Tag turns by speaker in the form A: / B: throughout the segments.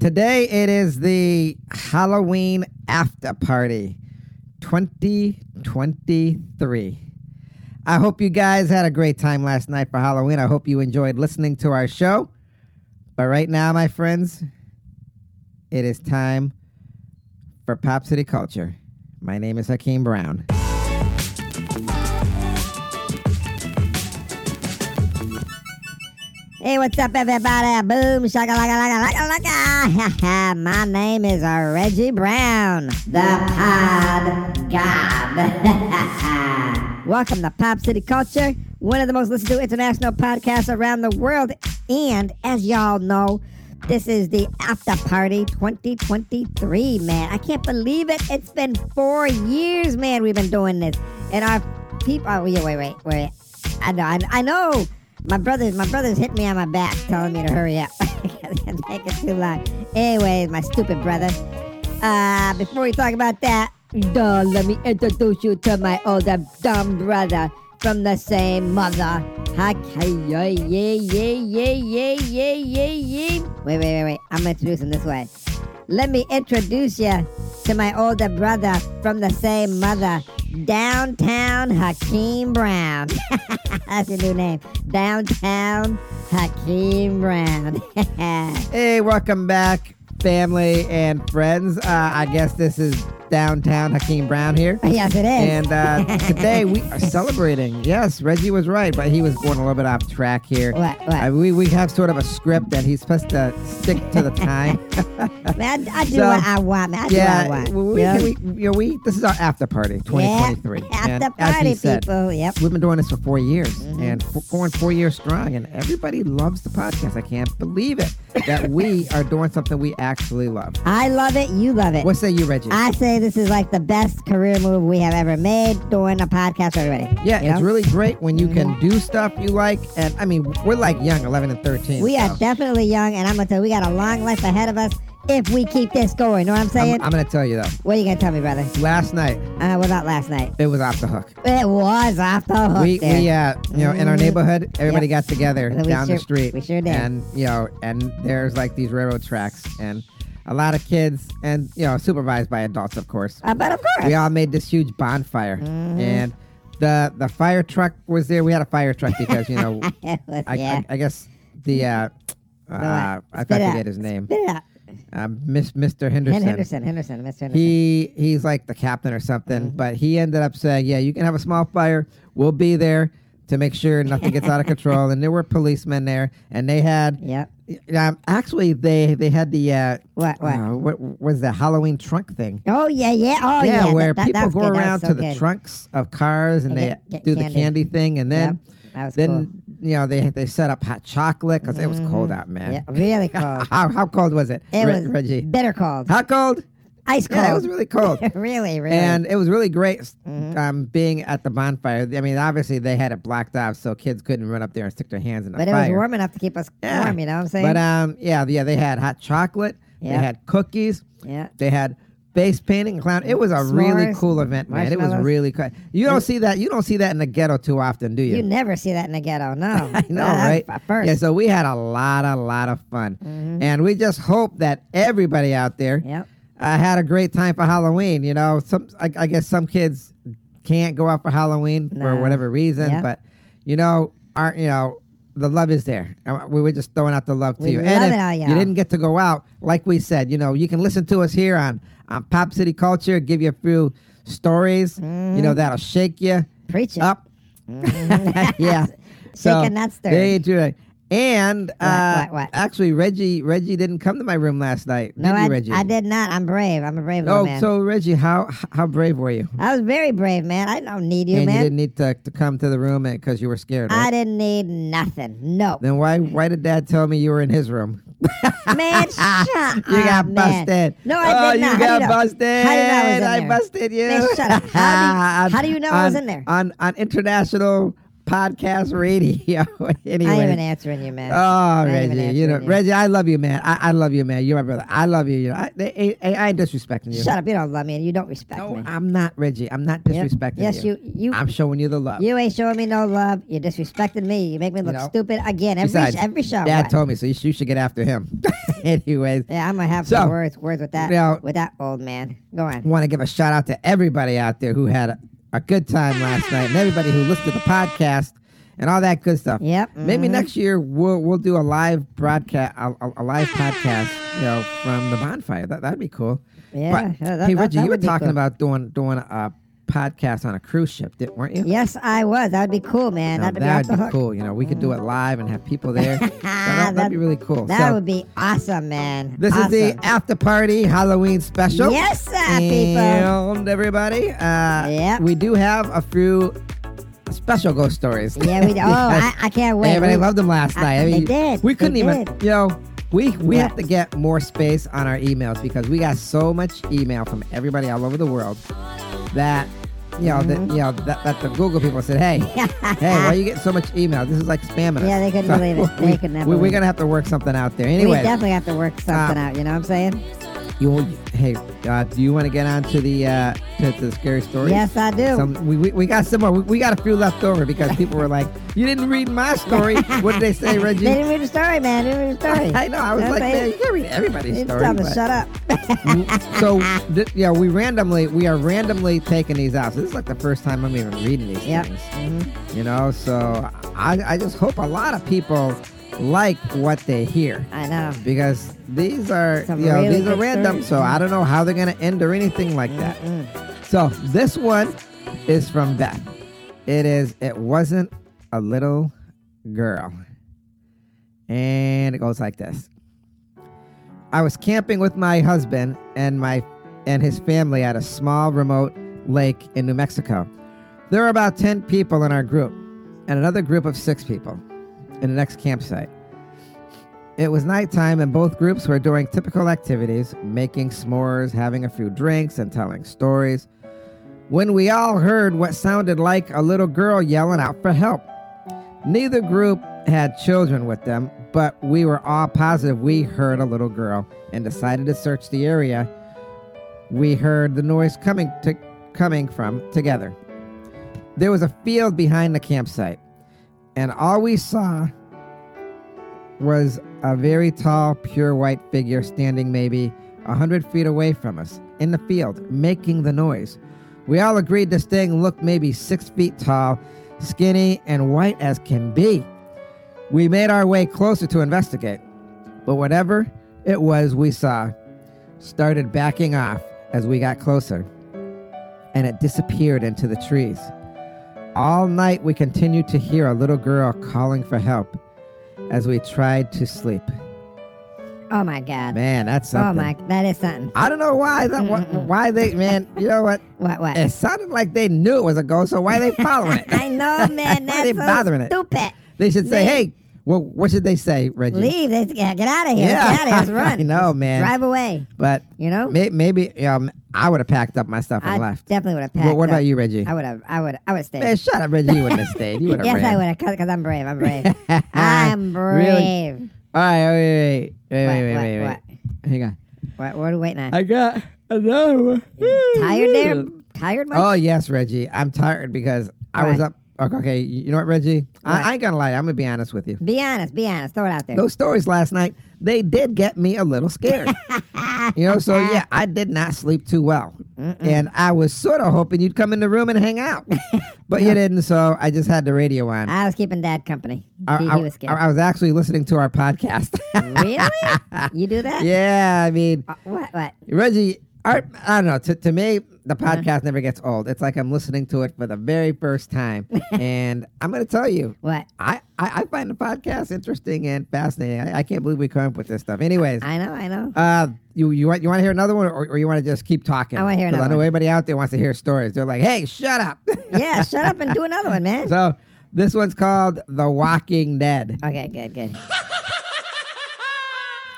A: Today it is the Halloween after party 2023. I hope you guys had a great time last night for Halloween. I hope you enjoyed listening to our show. But right now, my friends, it is time for Pop City Culture. My name is Hakeem Brown.
B: Hey, what's up, everybody? Boom, shaka, laka, laka, laka, laka. My name is uh, Reggie Brown, the Pod God. Welcome to Pop City Culture, one of the most listened to international podcasts around the world. And as y'all know, this is the After Party 2023, man. I can't believe it. It's been four years, man, we've been doing this. And our people, oh, yeah, wait, wait, wait. I know, I, I know. My brother's my brother's hit me on my back, telling me to hurry up. Take it too long. Anyways, my stupid brother. Uh, before we talk about that, duh, let me introduce you to my older dumb brother from the same mother. Okay, yeah, yeah, yeah, yeah, yeah, yeah, yeah, yeah. Wait, wait, wait, wait. I'm gonna introduce him this way. Let me introduce you to my older brother from the same mother, Downtown Hakeem Brown. That's your new name, Downtown Hakeem Brown.
A: Hey, welcome back, family and friends. Uh, I guess this is downtown Hakeem Brown here.
B: yes, it is.
A: And uh, today we are celebrating. Yes, Reggie was right, but he was going a little bit off track here.
B: What, what?
A: Uh, we, we have sort of a script that he's supposed to stick to the time.
B: man, I, I do
A: So,
B: what I want, man. I do what I want.
A: well, we,
B: Yeah.
A: we, you know, we, this is our after party, 2023.
B: Yeah,
A: And
B: after
A: as he
B: party,
A: said,
B: people. Mm-hmm. Yep.
A: We've been doing this for four years and f- going four years strong, and everybody loves the podcast. I can't believe it that we are doing something we actually love.
B: I love it. You love it.
A: What say you, Reggie?
B: I say this is like the best career move we have ever made doing a podcast already.
A: Yeah,
B: You
A: it's
B: know?
A: really great when you can
B: Mm-hmm.
A: do stuff you like. And I mean, we're like young, 11 and 13.
B: We are
A: so
B: definitely young, and I'm gonna tell you, we got a long life ahead of us if we keep this going. You know what I'm saying?
A: I'm, I'm going to tell you though,
B: what are you gonna tell me, brother?
A: last night,
B: Uh, what about last night?
A: it was off the hook.
B: It was off the hook.
A: we,
B: there.
A: we uh, you know, in our
B: Mhm.
A: neighborhood, everybody got together
B: We
A: down the
B: sure-
A: street.
B: we sure did.
A: And, you know, and there's like these railroad tracks and a lot of kids and, you know, supervised by adults, of course.
B: Uh, but of course. Mm-hmm.
A: we all made this huge bonfire. And the the fire truck was there. We had a fire truck because, you know,
B: It was-
A: I,
B: yeah.
A: I, I guess the, uh, uh, I
B: Spit it out.
A: forget his name.
B: Spit it out.
A: uh, Miss, Mr. Henderson.
B: Hen- Henderson, Henderson, Mr. Henderson.
A: He he's like the captain or something,
B: Mm-hmm.
A: but he ended up saying, "Yeah, you can have a small fire. We'll be there to make sure nothing gets out of control." And there were policemen there, and they had
B: Yep.
A: um, actually they they had the uh,
B: What, what?
A: uh, what was the Halloween trunk thing?
B: Oh yeah, yeah, oh yeah. that-
A: where
B: that-
A: people
B: that's
A: go
B: good, that was
A: around
B: so
A: to the
B: good.
A: trunks of cars and,
B: And
A: they
B: get- get
A: do the
B: candy.
A: candy thing, and then
B: Yep, that was
A: then you know they they set up hot chocolate because it was cold out, man.
B: Mm-hmm. Yeah, really cold.
A: How how cold was it,
B: It
A: Re-
B: was
A: Reggie?
B: bitter cold,
A: How cold?
B: ice cold.
A: Yeah, it was really cold.
B: really, Mm-hmm. really.
A: And it was really great um, being at the bonfire. I mean, obviously they had it blocked off so kids couldn't run up there and stick their hands in the
B: but it
A: fire.
B: was warm enough to keep us
A: Yeah.
B: warm. You know what I'm saying?
A: But um, yeah, yeah, they had hot chocolate. They
B: Yeah.
A: had cookies.
B: yeah.
A: They had face painting and clown. It was a really
B: S'mores,
A: cool event, man. It was
B: marshmallows.
A: really cool. You don't see that. You don't see that in the ghetto too often, do you?
B: You never see that in the ghetto. No.
A: I know,
B: That's
A: right?
B: a First. Mm-hmm.
A: Yeah, so we had a lot, a lot of fun. And we just hope that everybody out there
B: Yep.
A: uh, had a great time for Halloween. You know, some I, I guess some kids can't go out for Halloween for
B: No.
A: whatever reason,
B: Yep.
A: but you know, aren't you know, the love is there. Uh, We were just throwing out the love to
B: We
A: you.
B: love
A: and if
B: it out,
A: you
B: y'all.
A: didn't get to go out, like we said, you know, you can listen to us here on, on Pop City Culture, give you a few stories, you
B: Mm-hmm.
A: know, that'll shake you
B: Preach it.
A: up. Oh.
B: Mm-hmm.
A: yeah.
B: Shaken, not stirred.
A: They ain't doing it. And uh,
B: what, what?
A: actually, Reggie Reggie didn't come to my room last night.
B: no,
A: did you,
B: I,
A: Reggie?
B: I did not. I'm brave. I'm a brave little
A: Oh,
B: man.
A: so Reggie, how how brave were you?
B: I was very brave, man. I don't need you,
A: and you
B: man.
A: didn't need to, to come to the room because you were scared.
B: I
A: Right?
B: didn't need nothing. No.
A: Then why why did Dad tell me you were in his room?
B: man, shut
A: You got
B: up, Ah, man.
A: busted.
B: No, I
A: oh,
B: did not.
A: you
B: How do
A: got
B: you know?
A: busted.
B: How do you know I was in there?
A: busted you.
B: Man, shut up. How do you-
A: On-
B: how do you know I was
A: on-
B: in there?
A: On on international podcast radio. anyway.
B: I ain't even answering you, man.
A: Oh,
B: I ain't even
A: Reggie, you know,
B: answering you.
A: Reggie, I love you, man. I, I love you, man. You're my brother. I love you. You know, I, I, I, I ain't disrespecting you.
B: Shut up! You don't love me, and you don't respect
A: no,
B: me.
A: I'm not, Reggie. I'm not
B: Yep.
A: disrespecting
B: Yes,
A: you.
B: you you
A: I'm showing you the love.
B: you ain't showing me no love. You disrespected me. You make me look
A: know?
B: stupid again every
A: Besides,
B: every show.
A: Dad
B: What?
A: told me, so you, you should get after him. Anyways,
B: yeah, I'm gonna have
A: So,
B: some words words with that
A: now-
B: with that old man. Go on.
A: want to give a shout out to everybody out there who had a, a good time last night and everybody who listened to the podcast and all that good stuff.
B: Yep.
A: Maybe
B: mhm.
A: next year we'll we'll do a live broadcast, a, a, a live podcast, you know, from the bonfire. That that'd be cool.
B: Yeah,
A: But,
B: yeah, that-
A: hey,
B: that-
A: Reggie,
B: that
A: you were
B: would be
A: talking
B: cool.
A: about doing doing a podcast on a cruise ship, didn't, weren't you?
B: Yes, I was. That would be cool, man.
A: Now,
B: That'd be off
A: that'd
B: the
A: be,
B: hook.
A: cool. You know, we could do it live and have people there. So that, would
B: That-
A: be really cool.
B: That
A: So,
B: would be awesome, man.
A: this is
B: Awesome.
A: the after party Halloween special.
B: Yes, sir, people.
A: and everybody, uh,
B: Yep.
A: we do have a few special ghost stories.
B: Yeah, we do. Oh, I, I can't wait.
A: Everybody
B: We-
A: loved them last
B: I-
A: night. I
B: they
A: mean,
B: did.
A: We
B: They
A: couldn't even,
B: did.
A: you know, we we
B: Yeah.
A: have to get more space on our emails because we got so much email from everybody all over the world that. You know,
B: Mm-hmm.
A: that, you know that, that the Google people said, "Hey, hey, why are you getting so much email? This is like spamming us."
B: Yeah, they couldn't believe it. They
A: we,
B: could not
A: we,
B: believe
A: We're
B: it.
A: gonna have to work something out there.
B: we
A: Anyway, Uh,
B: definitely have to work something out. You know what I'm saying?
A: you, hey, uh, do you want to get on to the uh, to, to the scary stories?
B: Yes, I do.
A: Some, we, we, we got some more. We, we got a few left over because people were like, "You didn't read my story." what did they say, Reggie?
B: They didn't read the story, man. They didn't read the story.
A: I know. I was
B: That's
A: like,
B: right.
A: man, you can't read everybody's
B: You
A: story.
B: tell them to
A: but-
B: shut up.
A: so, th- yeah, we randomly, we are randomly taking these out. So this is like the first time I'm even reading these
B: Yep. Mm-hmm.
A: things. You know, so I, I just hope a lot of people like what they hear
B: I know.
A: because these are,
B: Some
A: you know,
B: really
A: these are
B: good
A: random.
B: stories.
A: So I don't know how they're gonna end or anything like that. So this one is from Beth. It is. It wasn't a little girl. And it goes like this. I was camping with my husband and my and his family at a small remote lake in New Mexico. There were about 10 people in our group and another group of 6 people in the next campsite. It was nighttime and both groups were doing typical activities, making s'mores, having a few drinks and telling stories when we all heard what sounded like a little girl yelling out for help. Neither group had children with them, but we were all positive we heard a little girl and decided to search the area we heard the noise coming to coming from together. There was a field behind the campsite, and all we saw was a very tall, pure white figure standing maybe a hundred feet away from us in the field, making the noise. We all agreed this thing looked maybe six feet tall, skinny, and white as can be. We made our way closer to investigate, but whatever it was we saw started backing off as we got closer, and it disappeared into the trees. All night we continued to hear a little girl calling for help as we tried to sleep.
B: Oh my God.
A: Man, that's
B: oh
A: something.
B: my. That is something.
A: I don't know why that why, why they man, you know what?
B: What? What?
A: It sounded like they knew it was a ghost, so why are they following it?
B: I know, man.
A: Why they
B: That's so
A: bothering it?
B: stupid.
A: They should say,
B: Man.
A: "Hey, well, what should they say, Reggie?"
B: Leave. Let's get, get out of here.
A: Yeah,
B: Let's get out of here. Let's run.
A: I know, man.
B: Drive away.
A: But
B: You know.
A: may, maybe um, I would have packed up my stuff and
B: I
A: left.
B: definitely would have packed.
A: Well, what
B: up.
A: about you, Reggie?
B: I would have. I would. I would stay.
A: Man, shut up, Reggie. You wouldn't have stayed. You would have
B: yes,
A: ran. Ah,
B: I would have. Cause, 'cause I'm brave. I'm brave. I'm
A: Really?
B: brave.
A: All right, wait, wait, wait, wait, wait,
B: What,
A: wait,
B: what,
A: wait. Hang on.
B: What? What are we waiting on?
A: I got another one.
B: tired there? Tired? Mike?
A: Oh yes, Reggie. I'm tired because I was
B: Why?
A: up. Okay, okay, you know what, Reggie? I,
B: What?
A: I ain't gonna lie. I'm gonna be honest with you.
B: Be honest. Be honest. Throw it out there.
A: Those stories last night, they did get me a little scared. you know, so
B: Uh-huh.
A: yeah, I did not sleep too well, and I was sort of hoping you'd come in the room and hang out, but you didn't. So I just had the radio on.
B: I was keeping Dad company.
A: I,
B: he, he
A: I-
B: was scared. Mm.
A: I- I was actually listening to our podcast.
B: really? You do that?
A: yeah, I mean,
B: Uh, What? What?
A: Reggie, art, I don't know. To, to me,
B: Uh-huh.
A: the podcast never gets old. It's like I'm listening to it for the very first time. and I'm going to tell you,
B: What?
A: I, I, I find the podcast interesting and fascinating. I, I can't believe we come up with this stuff. Anyways,
B: I know. I know.
A: uh, you, you want you want to hear another one, or, or you want to just keep talking?
B: I wanna hear
A: 'Cause
B: another
A: I know
B: one.
A: everybody out there wants to hear stories. They're like, "Hey, shut up!"
B: yeah. Shut up and do another one, man.
A: so this one's called "The Walking Dead."
B: Okay. Good. Good.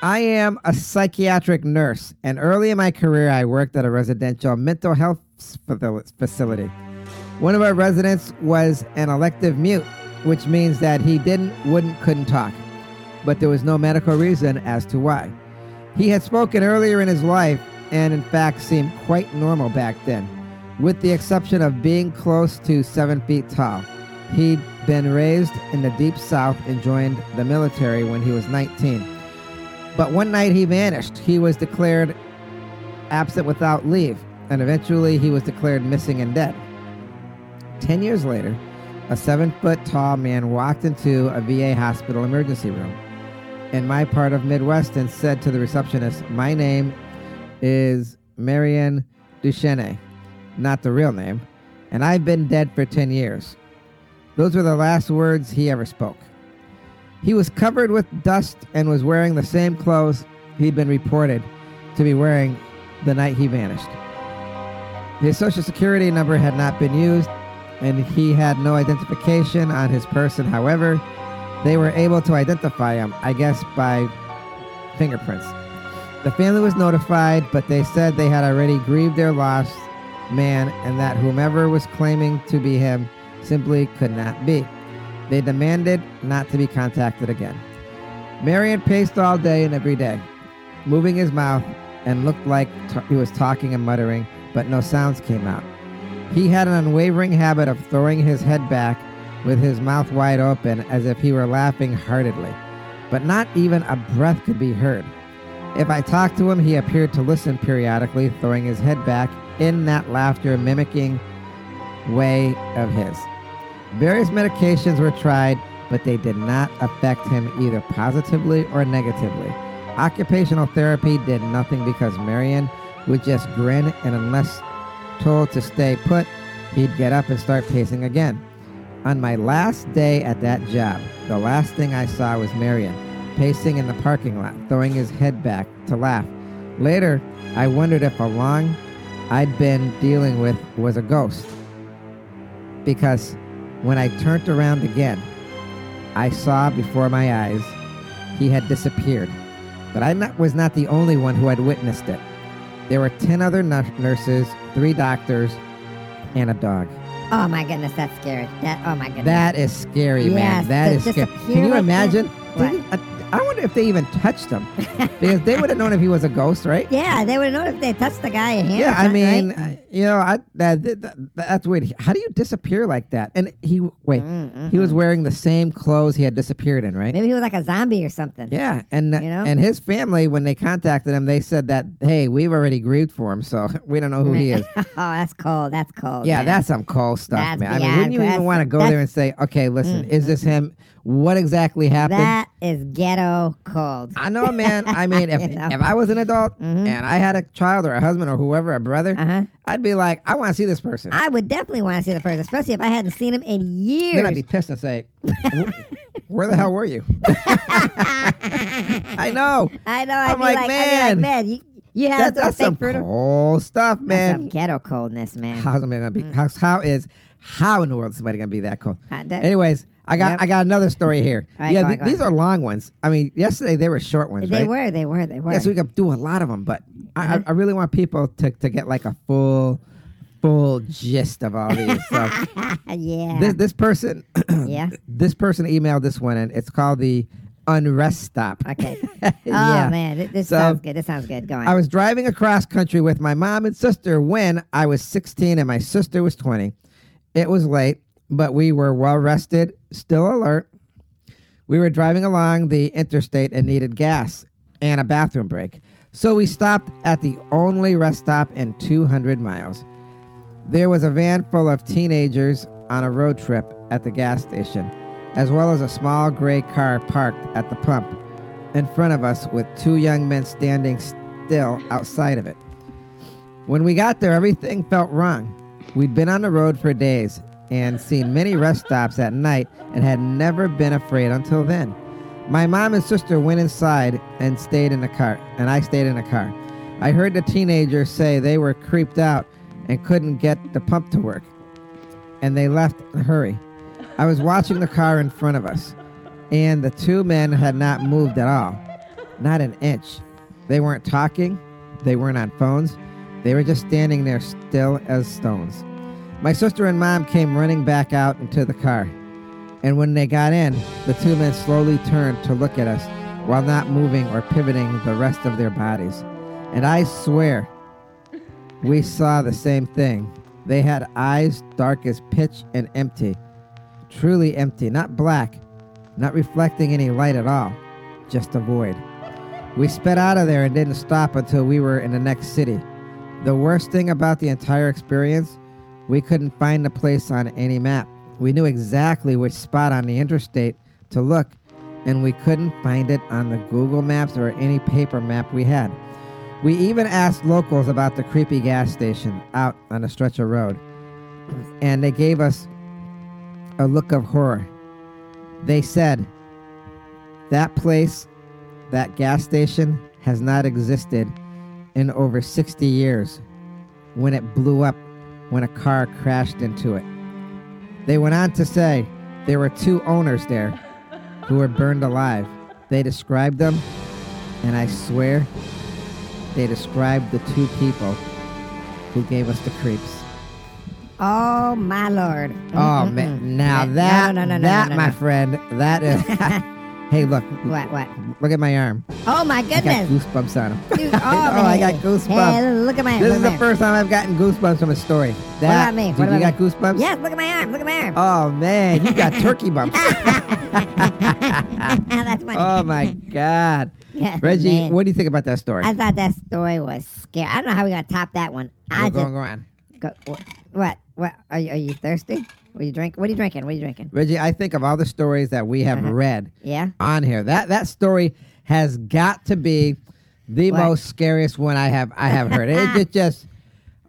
A: I am a psychiatric nurse, and early in my career, I worked at a residential mental health s- facil- facility. One of our residents was an elective mute which means that he didn't, wouldn't, couldn't talk. But there was no medical reason as to why. He had spoken earlier in his life and, in fact, seemed quite normal back then, with the exception of being close to seven feet tall. He'd been raised in the deep south and joined the military when he was 19. But one night he vanished. He was declared absent without leave, and eventually he was declared missing and dead. Ten years later, a seven foot tall man walked into a VA hospital emergency room in my part of Midwest and said to the receptionist, My name is Marianne Duchenne, not the real name, and I've been dead for 10 years. Those were the last words he ever spoke. He was covered with dust and was wearing the same clothes he'd been reported to be wearing the night he vanished. His social security number had not been used, and he had no identification on his person. However, they were able to identify him, I guess, by fingerprints. The family was notified, but they said they had already grieved their lost man and that whomever was claiming to be him simply could not be. They demanded not to be contacted again. Marion paced all day and every day, moving his mouth and looked like t- he was talking and muttering, but no sounds came out. He had an unwavering habit of throwing his head back with his mouth wide open as if he were laughing heartedly, but not even a breath could be heard. If I talked to him, he appeared to listen periodically, throwing his head back in that laughter mimicking way of his. Various medications were tried, but they did not affect him either positively or negatively. Occupational therapy did nothing because Marion would just grin, and unless told to stay put, he'd get up and start pacing again. On my last day at that job, the last thing I saw was Marion pacing in the parking lot, throwing his head back to laugh. Later, I wondered if a long I'd been dealing with was a ghost. Because when I turned around again, I saw before my eyes he had disappeared. But I not, was not the only one who had witnessed it. There were 10 other nu- nurses, three doctors, and a dog.
B: Oh my goodness, that's scary. That oh my goodness.
A: That is scary, man.
B: Yes,
A: That
B: to
A: is scary.
B: disappear
A: Can you
B: like
A: imagine?
B: What?
A: Did he- I I wonder if they even touched him. because they would have known if he was a ghost, right?
B: yeah, they would have known if they touched the guy in hand.
A: Yeah, I mean, I- you know, I, that, that, that- that's weird. How do you disappear like that? And he wait, he was wearing the same clothes he had disappeared in, right?
B: Mm, mm-hmm. maybe he was like a zombie or something.
A: Yeah, and
B: You know?
A: and his family when they contacted him, they said that hey, we've already grieved for him, so we don't know who he is.
B: oh, that's cold. That's cold.
A: Yeah,
B: man.
A: that's some cold stuff,
B: That's
A: man. I mean,
B: beyond
A: wouldn't you even
B: aggressive. Mm-hmm.
A: want to go there and say, okay, listen, is this him? What exactly happened?
B: that is ghetto cold.
A: I know, man. I mean, if,
B: You know? Mm-hmm.
A: if I was an adult and I had a child or a husband or whoever, a brother,
B: Uh-huh.
A: I'd be like, I want to see this person.
B: I would definitely want to see the person, especially if I hadn't seen him in years.
A: Then I'd be pissed and say, "Wh- "Where the hell were you?" I know.
B: I know. I'd
A: I'm
B: be
A: like,
B: like, I'd
A: man,
B: be like, man, you, you
A: That,
B: had
A: that's
B: some
A: some
B: fake brutal.
A: cool stuff,
B: That's some
A: man.
B: ghetto coldness, man.
A: How's somebody gonna be?
B: Mm.
A: How's, how is how in the world is somebody gonna be that cool?
B: I don't-
A: Anyways, I got
B: Yep.
A: I got another story here.
B: All right,
A: yeah,
B: go on,
A: th-
B: go on.
A: these are long ones. I mean, yesterday they were short ones,
B: They
A: right?
B: were, Uh-huh. they were, they were.
A: Yes, we could do a lot of them, but I, I, I really want people to, to get like a full full gist of all these. So
B: yeah.
A: this this person
B: yeah.
A: this person emailed this one and it's called the unrest stop.
B: Okay. Oh,
A: Yeah.
B: man. This, this
A: So-
B: sounds good. This sounds good. Go on.
A: I was driving across country with my mom and sister when I was 16 and my sister was 20. It was late, but we were well rested, still alert. We were driving along the interstate and needed gas and a bathroom break. So we stopped at the only rest stop in 200 miles. There was a van full of teenagers on a road trip at the gas station, as well as a small gray car parked at the pump in front of us with two young men standing still outside of it. When we got there, everything felt wrong. We'd been on the road for days and seen many rest stops at night and had never been afraid until then. My mom and sister went inside and stayed in the car, and I stayed in the car. I heard the teenagers say they were creeped out and couldn't get the pump to work, and they left in a hurry. I was watching the car in front of us, and the two men had not moved at all, not an inch. They weren't talking, they weren't on phones, they were just standing there still as stones. My sister and mom came running back out into the car. and when they got in, the two men slowly turned to look at us while not moving or pivoting the rest of their bodies. And I swear, we saw the same thing. They had eyes dark as pitch and empty. Truly empty, not black, not reflecting any light at all, just a void. We sped out of there and didn't stop until we were in the next city. The worst thing about the entire experience, we couldn't find the place on any map. We knew exactly which spot on the interstate to look, and we couldn't find it on the Google Maps or any paper map we had. We even asked locals about the creepy gas station out on a stretch of road, and they gave us a look of horror. They said, That place, that gas station, has not existed in over 60 years when it blew up when a car crashed into it. They went on to say there were two owners there who were burned alive. They described them, and I swear they described the two people who gave us the creeps.
B: Oh my lord.
A: Oh
B: Mm-mm-mm.
A: man, now
B: No,
A: that
B: no, no, no, no,
A: that
B: no,
A: my
B: no.
A: friend, that is. hey, look,
B: What? What?
A: look at my arm.
B: Oh my
A: I got
B: goodness.
A: goosebumps on him.
B: Dude, oh,
A: Oh, I
B: man.
A: got goosebumps.
B: Hey, look at my.
A: This
B: look
A: is
B: at
A: the
B: my-
A: first time I've gotten goosebumps from a story. That,
B: about me?
A: Dude,
B: What
A: you
B: about
A: got goosebumps?
B: Yes, look at my arm. Look at my arm.
A: Oh man, you got turkey bumps.
B: Ah. That's funny.
A: oh my god,
B: Yeah,
A: Reggie,
B: man.
A: what do you think about that story?
B: I thought that story was scary. I don't know how we got to top that one.
A: Go-
B: I
A: go on,
B: just
A: go on.
B: go, what, what? What? Are you, are you thirsty? What you drink? What are you drinking? What are you drinking?
A: Reggie, I think of all the stories that we have
B: Uh-huh.
A: read
B: Yeah.
A: on here. That that story has got to be the
B: What?
A: most scariest one I have I have heard. it, it just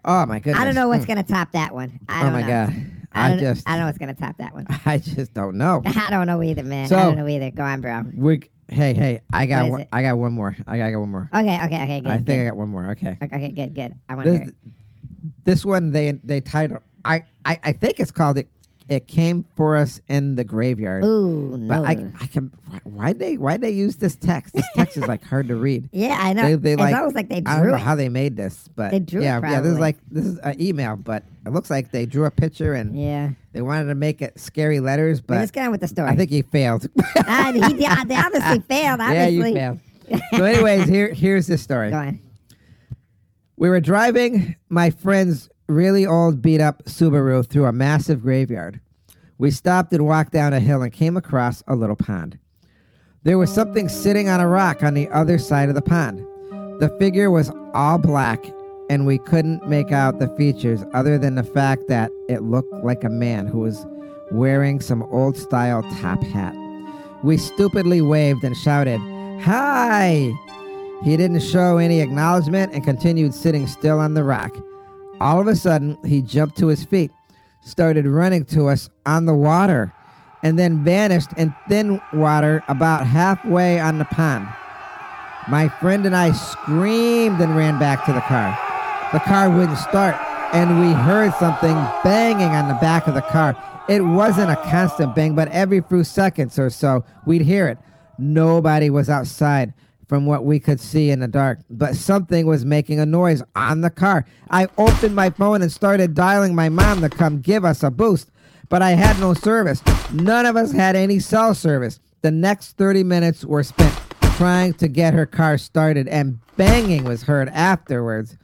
A: oh my goodness.
B: I don't know what's
A: Mm.
B: gonna top that one. I
A: Oh
B: don't
A: my
B: know.
A: god.
B: I,
A: I,
B: don't,
A: just
B: I don't know what's gonna top that one.
A: I just don't know.
B: I don't know either, man.
A: So-
B: I don't know either. Go on, bro.
A: We hey hey I
B: What
A: got
B: is
A: one,
B: it?
A: I got one more. I got, I got one more.
B: Okay, okay, okay, good.
A: I think I got one more. Okay.
B: good. Okay, good, good. I want to hear
A: This,
B: it.
A: this one they they titled I, I I think it's called it. It came for us in the graveyard.
B: Ooh,
A: but
B: no.
A: I I can why- why they why they use this text? This text is like hard to read.
B: yeah, I know.
A: They, they
B: it's
A: like
B: almost like they
A: I don't
B: drew
A: know
B: it.
A: how they made this, but
B: They drew it
A: yeah yeah this is
B: probably.
A: like this is an email, but it looks like they drew a picture and
B: yeah.
A: they wanted to make it scary letters,
B: But
A: but
B: let's get on with the story.
A: I think he failed.
B: Uh, he, they they obviously failed. Obviously.
A: yeah, you failed. so, anyways, here here's the story.
B: Go on.
A: We were driving my friend's really old beat up Subaru through a massive graveyard. We stopped and walked down a hill and came across a little pond. There was something sitting on a rock on the other side of the pond. The figure was all black, and we couldn't make out the features other than the fact that it looked like a man who was wearing some old style top hat. We stupidly waved and shouted, Hi! He didn't show any acknowledgement and continued sitting still on the rock. All of a sudden, he jumped to his feet, started running to us on the water, and then vanished in thin water about halfway on the pond. My friend and I screamed and ran back to the car. The car wouldn't start, and we heard something banging on the back of the car. It wasn't a constant bang, but every few seconds or so, we'd hear it. Nobody was outside from what we could see in the dark, but something was making a noise on the car. I opened my phone and started dialing my mom to come give us a boost but I had no service. None of us had any cell service. The next 30 minutes were spent trying to get her car started, and banging was heard afterwards.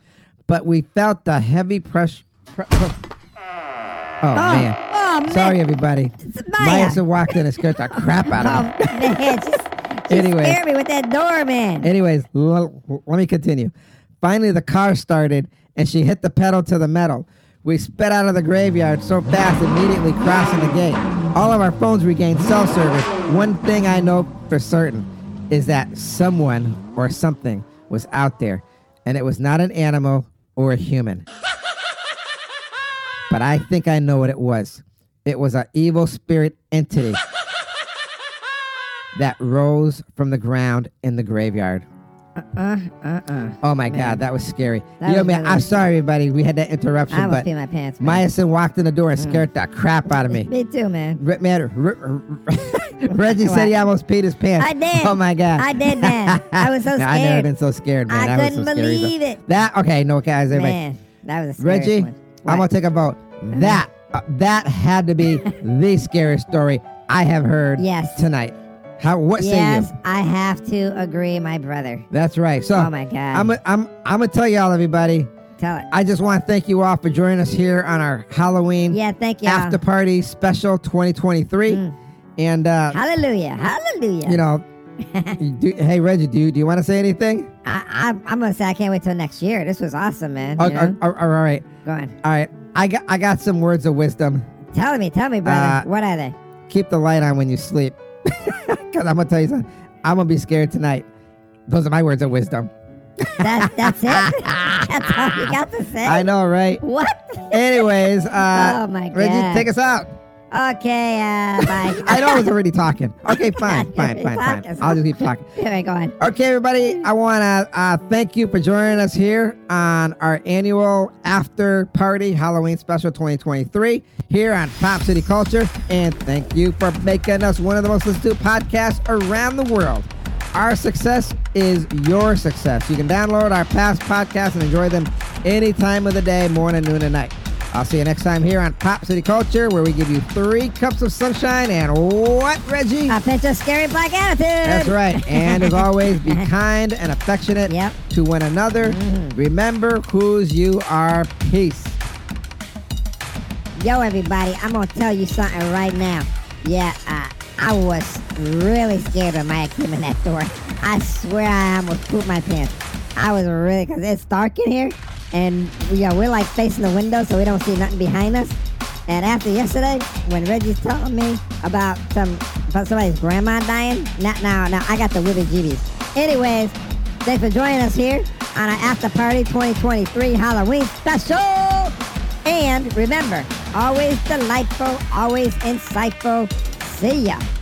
A: But we felt the heavy pressure. oh, man.
B: Oh, man.
A: Sorry, everybody.
B: Maya.
A: Maya walked in and scared the crap out
B: Oh,
A: of me.
B: man. Just, just
A: Anyway.
B: scare me with that door, man.
A: Anyways, l- l- let me continue. Finally, the car started and she hit the pedal to the metal. We sped out of the graveyard so fast, immediately crossing the gate. All of our phones regained cell service. One thing I know for certain is that someone or something was out there, and it was not an animal or a human. but I think I know what it was. It was an evil spirit entity that rose from the ground in the graveyard.
B: Uh, uh, uh.
A: Oh my god, that was scary.
B: That
A: you know,
B: was
A: man,
B: really
A: I'm sorry, everybody. We had that
B: I Mm.
A: interruption,
B: almost
A: but
B: pee my pants. man.
A: Myason walked in the door and scared the crap out of me.
B: Me too, man.
A: Re- man, re- re- Reggie said he
B: What?
A: almost peed his pants.
B: I did.
A: Oh my god,
B: I did, man. I was so
A: No, I never
B: scared.
A: been so scared, man. That
B: I
A: was
B: couldn't
A: so scary, though.
B: believe it.
A: That okay? No, guys, everybody.
B: Man, that was a scary
A: Reggie,
B: one.
A: I'm gonna
B: What? Mm-hmm.
A: take a vote. That uh, that had to be the scariest story I have heard
B: Yes.
A: tonight. How? What
B: yes,
A: say you?
B: I have to agree, my brother.
A: That's right. So
B: Oh my God.
A: I'm i I'm I'm gonna tell y'all everybody.
B: Tell it.
A: I just want to thank you all for joining us here on our Halloween
B: Yeah, Mm. thank you.
A: after party special 2023, and uh,
B: Hallelujah. Hallelujah.
A: you know, you do, hey Reggie, do you, do you want to say anything?
B: I, I, I'm going to say I can't wait till next year. This was awesome, man.
A: Oh,
B: you know?
A: oh, oh, all right,
B: Go on.
A: all right. I got I got some words of wisdom.
B: Tell me, tell me, brother.
A: Uh,
B: what are they?
A: Keep the light on when you sleep, because I'm gonna tell you something. I'm gonna be scared tonight. Those are my words of wisdom.
B: That, that's it? that's all you got to say?
A: I know, right?
B: What?
A: Anyways, uh,
B: Oh, my
A: Reggie,
B: God.
A: take us out.
B: Okay, uh, bye.
A: I know I was already talking. Okay, fine,
B: You're
A: fine, fine, fine.
B: talking.
A: I'll just keep talking.
B: Anyway, go on.
A: Okay, everybody, I want to uh, thank you for joining us here on our annual after party Halloween special 2023 here on Pop City Culture. And thank you for making us one of the most listened to podcasts around the world. Our success is your success. You can download our past podcasts and enjoy them any time of the day, morning, noon, and night. I'll see you next time here on Pop City Culture, where we give you three cups of sunshine and what, Reggie?
B: I pitch a Uh, scary black attitude.
A: That's right. And as always, be kind and affectionate
B: Yep.
A: to one another. Remember whose you are. Peace.
B: Yo, everybody, I'm gonna tell you something right now. Yeah, uh, I was really scared when Maya came in that door. I swear I almost pooped my pants. I was really, because it's dark in here, and yeah, we're like facing the window so we don't see nothing behind us. And after yesterday, when Reggie's telling me about some about somebody's grandma dying, now, now, now I got the wibby jeebies. Anyways, thanks for joining us here on our After Party 2023 Halloween special. And remember, always delightful, always insightful. See ya.